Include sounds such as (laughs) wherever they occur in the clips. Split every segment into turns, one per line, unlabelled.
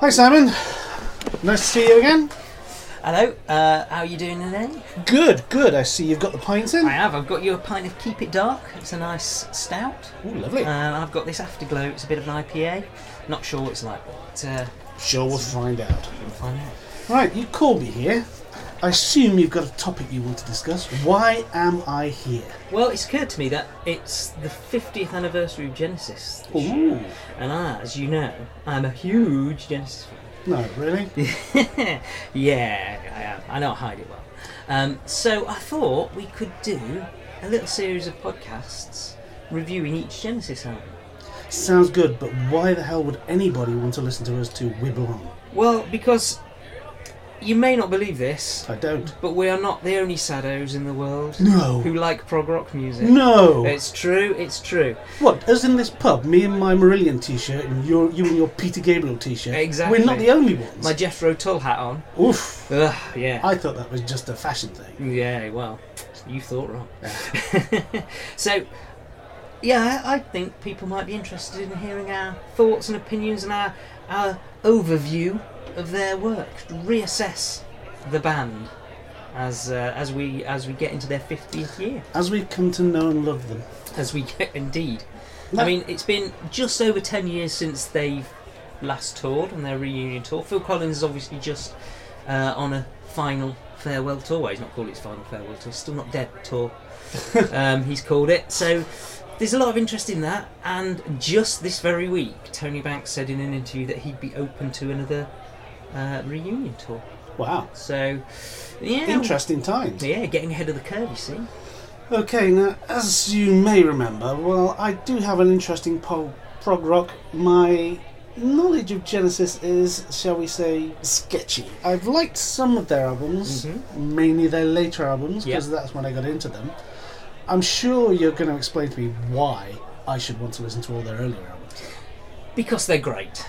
Hi, Simon. Nice to see you again.
Hello, uh, how are you doing today?
Good, good. I see you've got the pints in.
I have. I've got you a pint of Keep It Dark. It's a nice stout.
Ooh, lovely.
And I've got this Afterglow. It's a bit of an IPA. Not sure what it's like, but uh,
Sure, we'll find out.
we'll find out.
Right, you called me here. I assume you've got a topic you want to discuss. Why am I here?
Well, it's occurred to me that it's the 50th anniversary of Genesis. this year.
Ooh.
And I, as you know, I'm a huge Genesis fan.
No, really?
(laughs) yeah, I am. I know I hide it well. Um, so I thought we could do a little series of podcasts reviewing each Genesis album.
Sounds good, but why the hell would anybody want to listen to us to wibble on?
Well, because you may not believe this,
I don't.
but we are not the only saddos in the world who
No.
like prog rock music.
No.
It's true, it's true.
What? As in this pub, me in my Marillion t-shirt and your, you and your Peter Gabriel t-shirt.
Exactly.
We're not the only ones.
My Jeffro Tull hat on.
Oof.
Ugh, yeah.
I thought that was just a fashion thing.
Yeah, well, you thought wrong. (laughs) so, yeah, I I think people might be interested in hearing our thoughts and opinions and our, our overview of their work. to Reassess the band as uh, as we as we get into their 50th year.
As we've come to know and love them.
as we get indeed.
No.
I mean, it's been just over 10 years since they've last toured and their reunion tour. Phil Collins is obviously just uh, on a final farewell tour. Well, he's not called it his final farewell tour, still not dead tour. um, he's called it. So there's a lot of interest in that. And just this very week, Tony Banks said in an interview that he'd be open to another uh, reunion tour.
Wow.
So, yeah.
Interesting times.
Yeah, getting ahead of the curve, you see.
Okay, now, as you may remember, well, I do have an interesting po- prog rock. My knowledge of Genesis is, shall we say, sketchy. I've liked some of their albums,
Mm-hmm.
mainly their later albums, because that's when I got into them. I'm sure you're going to explain to me why I should want to listen to all their earlier albums.
Because they're great.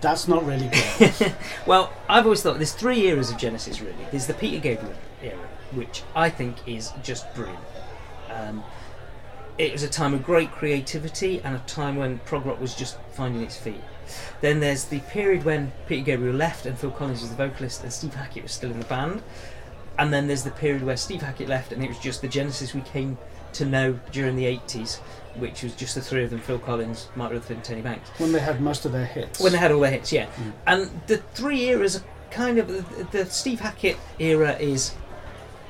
That's not really
(laughs)
good.
Well, I've always thought there's three eras of Genesis really. There's the Peter Gabriel era, which I think is just brilliant. Um, it was a time of great creativity and a time when prog rock was just finding its feet. Then there's the period when Peter Gabriel left and Phil Collins was the vocalist and Steve Hackett was still in the band. And then there's the period where Steve Hackett left and it was just the Genesis we came to know during the 80s, which was just the three of them Phil Collins, Mark Rutherford, and Tony Banks
when they had most of their hits.
when they had all their hits, yeah. And the three eras are kind of the, the Steve Hackett era is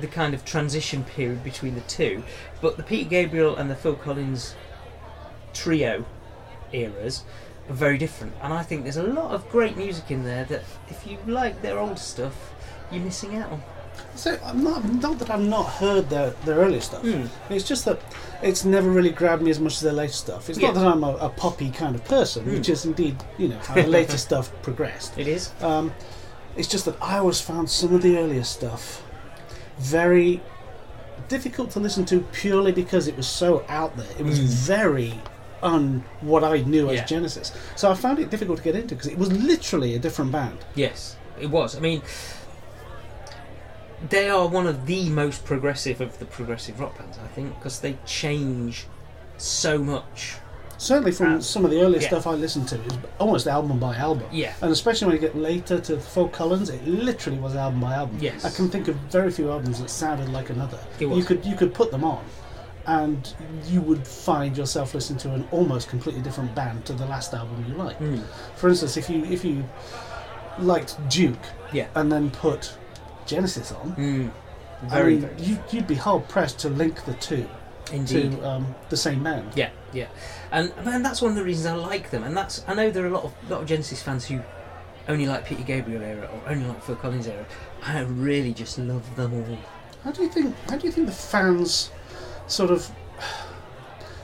the kind of transition period between the two, but the Peter Gabriel and the Phil Collins trio eras are very different. And I think there's a lot of great music in there that if you like their old stuff, you're missing out on.
So I'm not not that I've not heard their their earlier stuff.
Mm.
It's just that it's never really grabbed me as much as their later stuff. It's not
Yeah. Hmm.
that I'm a, a poppy kind of person, which is indeed you know how the
(laughs)
later stuff progressed.
It is.
Um, it's just that I always found some of the earlier stuff very difficult to listen to purely because it was so out there. It was very un what I knew as
Hmm. Yeah.
Genesis. So I found it difficult to get into because it was literally a different band.
Yes, it was. I mean, they are one of the most progressive of the progressive rock bands, I think, because they change so much.
Certainly from
Um,
some of the earlier
yeah.
stuff I listened to, it was almost album by album.
Yeah.
And especially when you get later to Phil Collins, it literally was album by album.
Yes.
I can think of very few albums that sounded like another.
It was.
You could you could put them on and you would find yourself listening to an almost completely different band to the last album you liked. For instance, if you if you liked Duke
Yeah.
and then put Genesis on,
Mm.
I
Very,
mean, you, you'd be hard pressed to link the two
very indeed.
to um, the same man.
Yeah, yeah, and man, that's one of the reasons I like them. And that's I know there are a lot of lot of Genesis fans who only like Peter Gabriel era or only like Phil Collins era. I really just love them all.
How do you think? How do you think the fans sort of?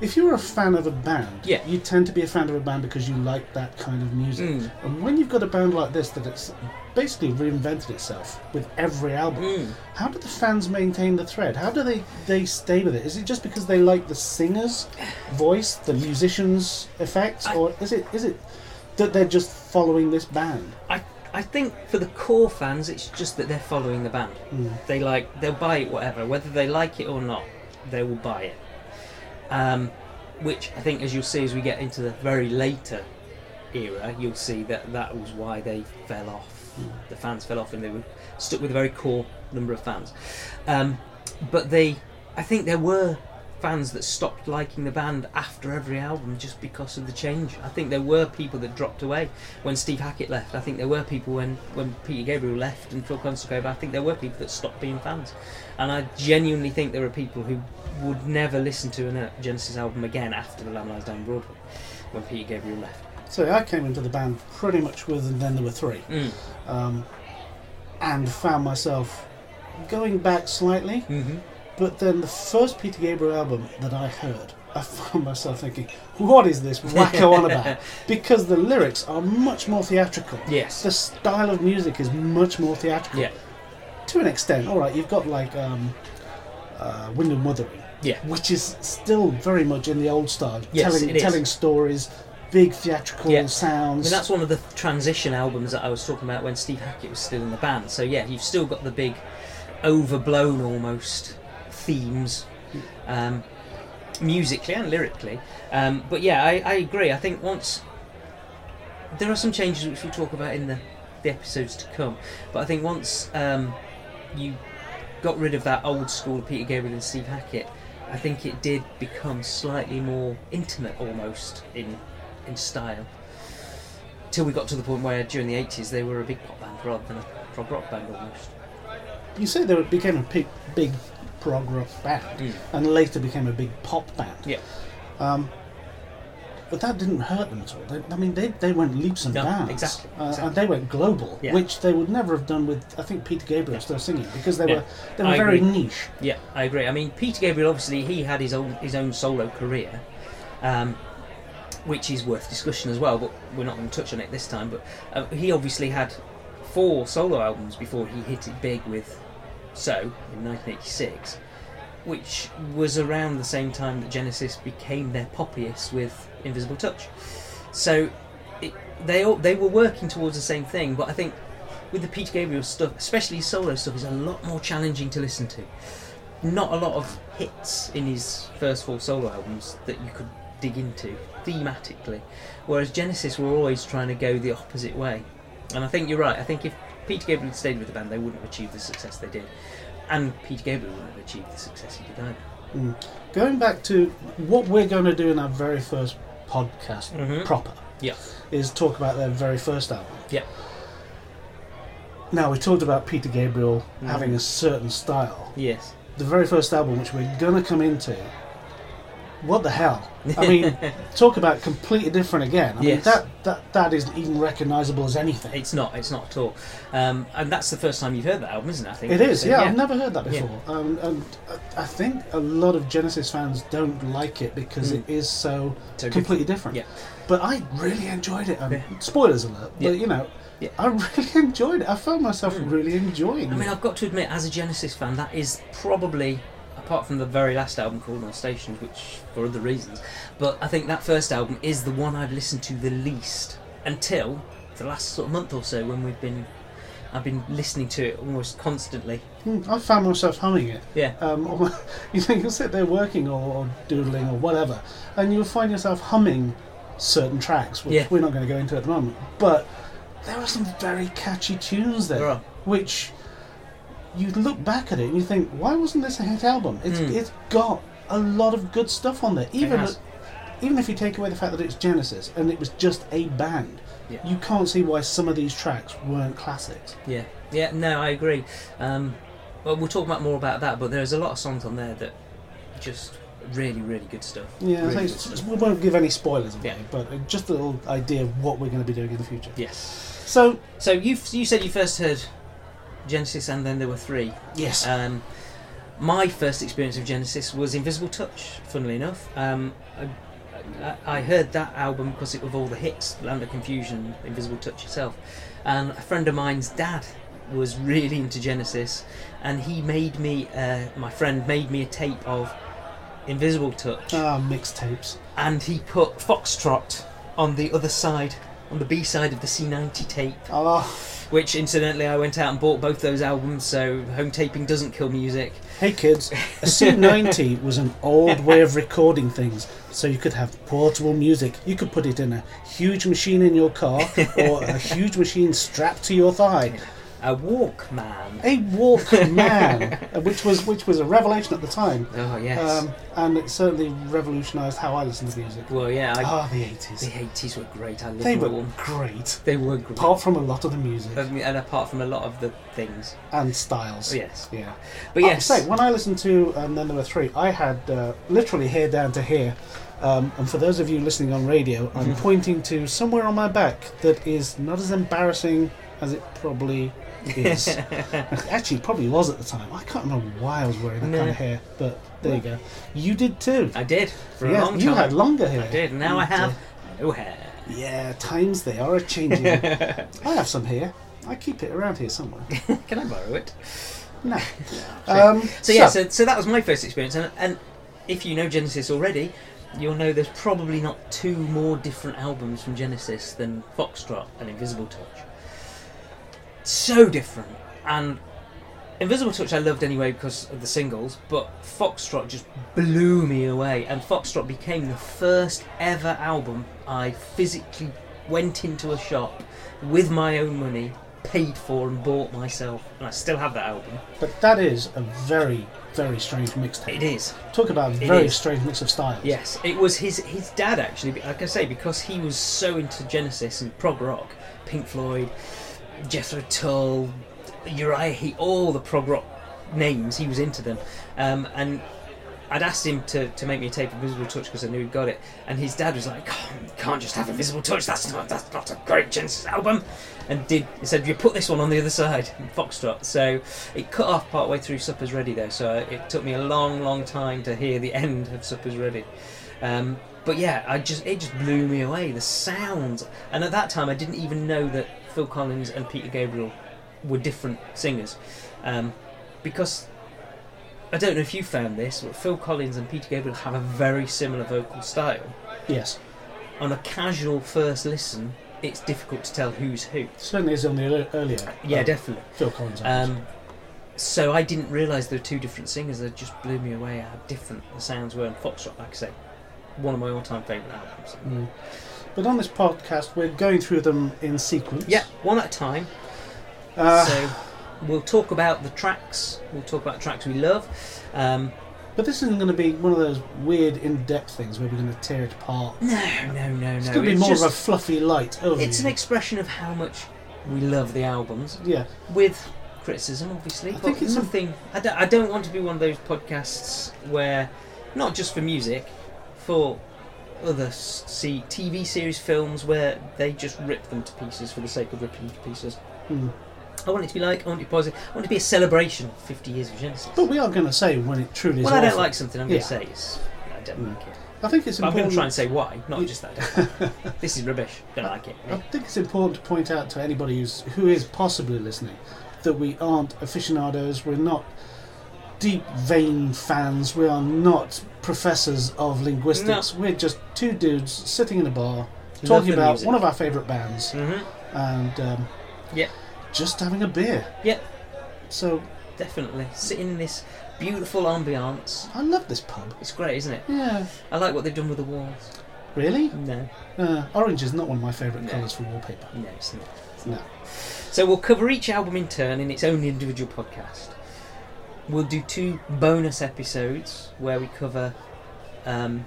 If you're a fan of a band,
Yeah.
you tend to be a fan of a band because you like that kind of music.
Mm.
And when you've got a band like this that it's basically reinvented itself with every album,
Mm.
how do the fans maintain the thread? How do they they stay with it? Is it just because they like the singer's voice, the musician's effects,
I-
or is it is it that they're just following this band?
I, I think for the core fans, it's just that they're following the band. They like they'll buy it whatever, whether they like it or not, they will buy it. Um, which I think, as you'll see, as we get into the very later era, you'll see that that was why they fell off. The fans fell off, and they were stuck with a very core number of fans. Um, but they, I think there were fans that stopped liking the band after every album just because of the change. I think there were people that dropped away when Steve Hackett left. I think there were people when, when Peter Gabriel left and Phil Collins took over. I think there were people that stopped being fans. And I genuinely think there are people who would never listen to a Genesis album again after The Lamb Lies Down Broadway when Peter Gabriel left.
So I came into the band pretty much with, and then there were three,
Mm.
um, and found myself going back slightly.
Mm-hmm.
But then the first Peter Gabriel album that I heard, I found myself thinking, "What is this wacko on
(laughs)
about?" Because the lyrics are much more theatrical.
Yes.
The style of music is much more theatrical.
Yeah.
To an extent, all right. You've got like um, uh, Wind and Wuthering,
Yeah.
which is still very much in the old style,
Yes,
telling
it is.
telling stories, big theatrical
Yeah. I
sounds.
mean, that's one of the transition albums that I was talking about when Steve Hackett was still in the band. So yeah, you've still got the big, overblown almost themes, um, musically and lyrically. Um, but yeah, I, I agree. I think once there are some changes which we'll talk about in the, the episodes to come. But I think once um, you got rid of that old school Peter Gabriel and Steve Hackett, I think it did become slightly more intimate almost in in style. Till we got to the point where during the 80s they were a big pop band rather than a prog rock band almost.
You say they became a big, big prog rock band,
Mm.
and later became a big pop band.
Yeah.
Um, but that didn't hurt them at all. They, I mean, they, they went leaps and
No,
bounds.
exactly,
Uh,
exactly.
And they went global,
Yeah.
which they would never have done with, I think, Peter Gabriel still singing, because they
Yeah,
were they were
I
very
agree.
niche.
Yeah, I agree. I mean, Peter Gabriel obviously he had his own his own solo career, um, which is worth discussion as well. But we're not going to touch on it this time. But uh, he obviously had four solo albums before he hit it big with So in 1986, which was around the same time that Genesis became their poppiest with Invisible Touch. So it, they all, they were working towards the same thing. But I think with the Peter Gabriel stuff, especially his solo stuff, is a lot more challenging to listen to not a lot of hits in his first four solo albums that you could dig into thematically, whereas Genesis were always trying to go the opposite way. And I think you're right. I think if Peter Gabriel had stayed with the band, they wouldn't have achieved the success they did, and Peter Gabriel wouldn't have achieved the success he did either.
Mm. Going back to what we're going to do in our very first podcast
Mhm.
proper,
Yeah.
is talk about their very first album.
Yeah.
Now we talked about Peter Gabriel
Mhm.
having a certain style.
Yes.
the very first album, which we're gonna come into. What the hell? I
(laughs)
mean, talk about completely different again. I mean,
Yes.
that, that that isn't even recognisable as anything.
It's not. It's not at all. Um, and that's the first time you've heard that album, isn't it? I think
It is,
So,
yeah, I've never heard that
Yeah.
before. Um, and I- I think a lot of Genesis fans don't like it because
Mm.
it is so
So
completely different.
Yeah.
But I really enjoyed it. Um,
Yeah.
Spoilers alert,
Yeah.
but you know,
Yeah.
I (laughs) really enjoyed it. I found myself
Mm.
really enjoying
I mean,
it.
I've got to admit, as a Genesis fan, that is probably, apart from the very last album, Cordon Stations, which for other reasons, but I think that first album is the one I've listened to the least until the last sort of month or so when we've been, I've been listening to it almost constantly.
Mm, I found myself humming it.
Yeah,
um, (laughs) or- you know, you'll sit there working or, or doodling or whatever, and you'll find yourself humming certain tracks, which
Yeah.
we're not going to go into at the moment. But there are some very catchy tunes there,
There are.
which you look back at it and you think, why wasn't this a hit album? It's,
Mm.
it's got a lot of good stuff on there, even
has.
even if you take away the fact that it's Genesis and it was just a band.
Yeah.
You can't see why some of these tracks weren't classics.
yeah, yeah. No, I agree. Um, well, we'll talk about more about that, but there's a lot of songs on there that just really, really good stuff.
Yeah,
Really
I
good
think it's- we won't give any spoilers away,
Yeah.
but uh, just a little idea of what we're going to be doing in the future.
Yes.
So,
So you you said you first heard Genesis, and then there were three.
yes,
Um, my first experience of Genesis was Invisible Touch, funnily enough. Um, I, I, I heard that album because it was all the hits Land of Confusion, Invisible Touch itself. And a friend of mine's dad was really into Genesis, and he made me, uh, my friend made me a tape of Invisible Touch,
ah, mixtapes.
and he put Foxtrot on the other side, on the B side of the C90 tape
Oh,
which incidentally I went out and bought both those albums, so home taping doesn't kill music.
Hey kids, a
(laughs)
C90 was an old way of recording things, so you could have portable music. You could put it in a huge machine in your
(laughs)
car or a huge machine strapped to your thigh.
A Walkman.
A Walkman, which was which was a revelation at the time,
Oh yes.
um, and it certainly revolutionised how I listen to music.
well, yeah. I,
Ah, the
the
80s.
eighties were great. I loved
They were
them.
great,
They were great.
apart from a lot of the music
Um, and apart from a lot of the things. oh,
and styles.
Yes.
Yeah.
But yes.
I say, when I listened to and then there were three, I had uh, literally hair down to here. Um, and for those of you listening on radio,
Mm-hmm.
I'm pointing to somewhere on my back that is not as embarrassing as it probably
(laughs)
is. Actually, it probably was at the time. I can't remember why I was wearing that kind
No.
of hair, but there you go. You did too.
I did for
Yeah,
a long
you
time.
had longer hair.
I did. Now I
And, uh,
have no hair.
yeah, times they are a
(laughs)
changing. I have some hair. I keep it around here somewhere.
Can I borrow it?
No. um,
So yeah, so, so that was my first experience, and, and if you know Genesis already, you'll know there's probably not two more different albums from Genesis than Foxtrot and Invisible Touch. So different, and Invisible Touch I loved anyway because of the singles, but Foxtrot just blew me away, and Foxtrot became the first ever album I physically went into a shop with my own money, paid for, and bought myself, and I still have that album.
But that is a very, very strange mixtape.
It is.
Talk about a
It
very
is.
strange mix of styles.
Yes, it was his his dad actually. be- Like I say, because he was so into Genesis and prog rock, Pink Floyd, Jethro Tull, Uriah Heep, all the prog rock names, he was into them. Um, and I'd asked him to, to make me a tape of Visible Touch because I knew he'd got it. And his dad was like, "Oh, you can't just have a Visible Touch. That's not that's not a great Genesis album." And did he said you put this one on the other side, (laughs) Foxtrot. So it cut off part way through Supper's Ready though, so it took me a long, long time to hear the end of Supper's Ready. Um, but yeah, I just it just blew me away the sounds. And at that time, I didn't even know that Phil Collins and Peter Gabriel were different singers, um, because I don't know if you found this, but Phil Collins and Peter Gabriel have a very similar vocal style.
Yes.
On a casual first listen, it's difficult to tell who's who.
Certainly is on the ear- earlier.
Yeah,
uh,
definitely.
Phil Collins. albums.
Um, so I didn't realise there were two different singers. They just blew me away how different the sounds were. And Foxtrot, like I say, one of my all-time favourite albums.
Mm. But on this podcast, we're going through them in sequence.
Yeah, one at a time.
Uh,
so we'll talk about the tracks. We'll talk about tracks we love. Um,
But this isn't going to be one of those weird, in-depth things where we're going to tear it apart.
no, no, no, no.
It's going to be more of a fluffy light overview.
it's an expression of how much we love the albums
yeah.
with criticism, obviously.
I
but
think it's a-
nothing. I don't, I don't want to be one of those podcasts where, not just for music, for other s- see TV series, films, where they just rip them to pieces for the sake of ripping them to pieces.
Mm.
I want it to be like. I want it to be positive. I want it to be a celebration. of Fifty years of Genesis.
But we are going to say when it truly is
When I don't
awful.
like something, I'm
Yeah.
going to say it's, I don't
Mm.
like it.
I think it's
But I'm going
important...
to try and say why, not
Yeah.
just that. I don't like
(laughs)
it. this is rubbish. Don't like it.
I think it's important to point out to anybody who's who is possibly listening that we aren't aficionados. We're not deep vein fans. We are not professors of linguistics. We're just two dudes sitting in a bar
Love
talking
the
about
music.
one of our favourite bands
Mm-hmm.
and um,
Yeah.
just having a beer.
Yeah.
So
Definitely sitting in this beautiful ambiance.
I love this pub.
It's great, isn't it?
Yeah.
I like what they've done with the walls.
Really?
No,
Uh, orange is not one of my favourite
No.
colours for wallpaper.
no, it's not.
No.
So we'll cover each album in turn in its own individual podcast. We'll do two bonus episodes where we cover um,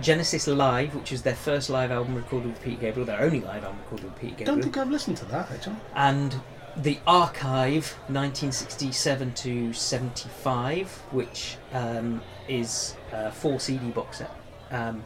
Genesis Live, which is their first live album recorded with Peter Gabriel, their only live album recorded with Peter
I
Gabriel.
don't think I've listened to that actually.
and the archive 1967 to 75 which um, is a four cd box set um,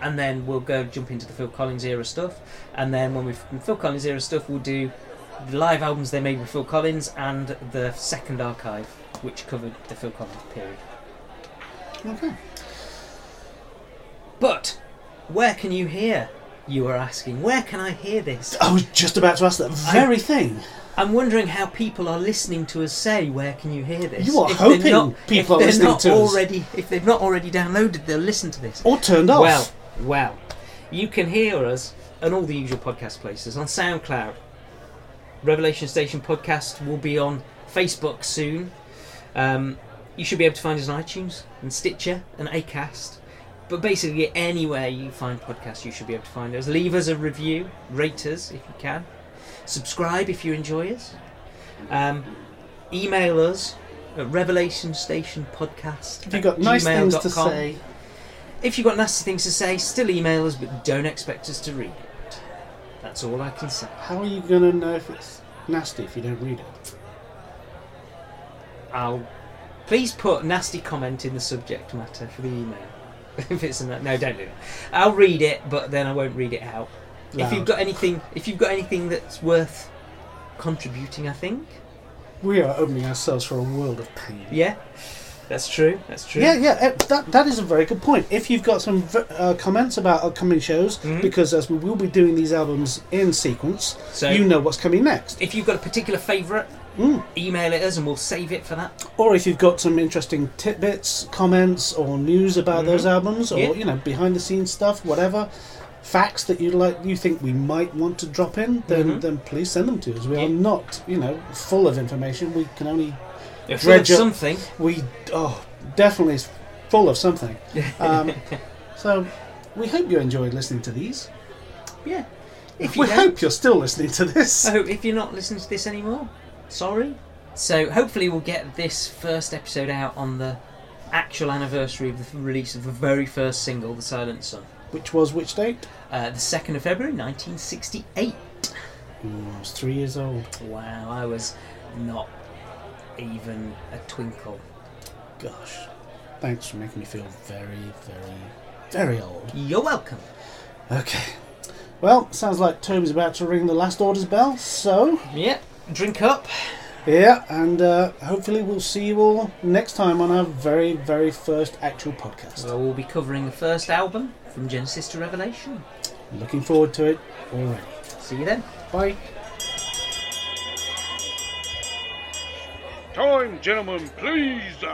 and then we'll go jump into the phil collins era stuff and then when we've from phil collins era stuff we'll do the live albums they made with phil collins and the second archive which covered the phil collins period
Okay.
but where can you hear you are asking where can i hear this
I was just about to ask that very thing.
I'm wondering how people are listening to us say, "Where can you hear this?"
You are
they're
hoping people
if
are
they're
listening
not
to us.
already, If they've not already downloaded, they'll listen to this.
Or turned off.
Well, well, you can hear us on all the usual podcast places on SoundCloud. Revelation Station podcast will be on Facebook soon. Um, You should be able to find us on iTunes and Stitcher and Acast. But basically, anywhere you find podcasts, you should be able to find us. Leave us a review, rate us if you can, subscribe if you enjoy us, um, email us at revelationstationpodcast.
If you've got nice things to say,
If you've got nasty things to say, still email us, but don't expect us to read it. That's all I can say.
how are you going to know if it's nasty if you don't read it?
I'll please put nasty comment in the subject matter for the email. (laughs) if it's a na- no, don't do that. I'll read it, but then I won't read it out. If you've
Loud.
got anything, if you've got anything that's worth contributing, I think.
We are opening ourselves for a world of pain.
Yeah, that's true. That's true.
Yeah, yeah, eh, that, that is a very good point. If you've got some v- uh, comments about upcoming shows,
Mhm.
because as we will be doing these albums in sequence,
So
you know what's coming next.
if you've got a particular favourite,
Mm.
email it us and we'll save it for that.
Or if you've got some interesting tidbits, comments, or news about
Mhm.
those albums, or
Yeah.
you know behind the scenes stuff, whatever facts that you like, you think we might want to drop in, then
Mhm.
then please send them to us. We
Yeah.
are not, you know, full of information. We can only
If you have
Dredge up-
something,
we oh definitely is full of something. Um, so we hope you enjoyed listening to these.
(laughs) yeah. If you
we
don't-
hope you're still listening to this. (laughs)
So if you're not listening to this anymore, sorry. So hopefully we'll get this first episode out on the actual anniversary of the release of the very first single, The Silent Sun,
Which was which date?
uh, the second of February, 1968.
Ooh, I was three years old.
Wow, I was not even a twinkle.
Gosh, thanks for making me feel very, very, very old.
You're welcome.
Okay. Well, sounds like Toby's about to ring the last orders bell. So
Yeah, drink up.
yeah, and uh, hopefully we'll see you all next time on our very, very first actual podcast.
So we'll be covering the first album from Genesis to Revelation.
Looking forward to it already.
See you then.
Bye.
Time, gentlemen, please.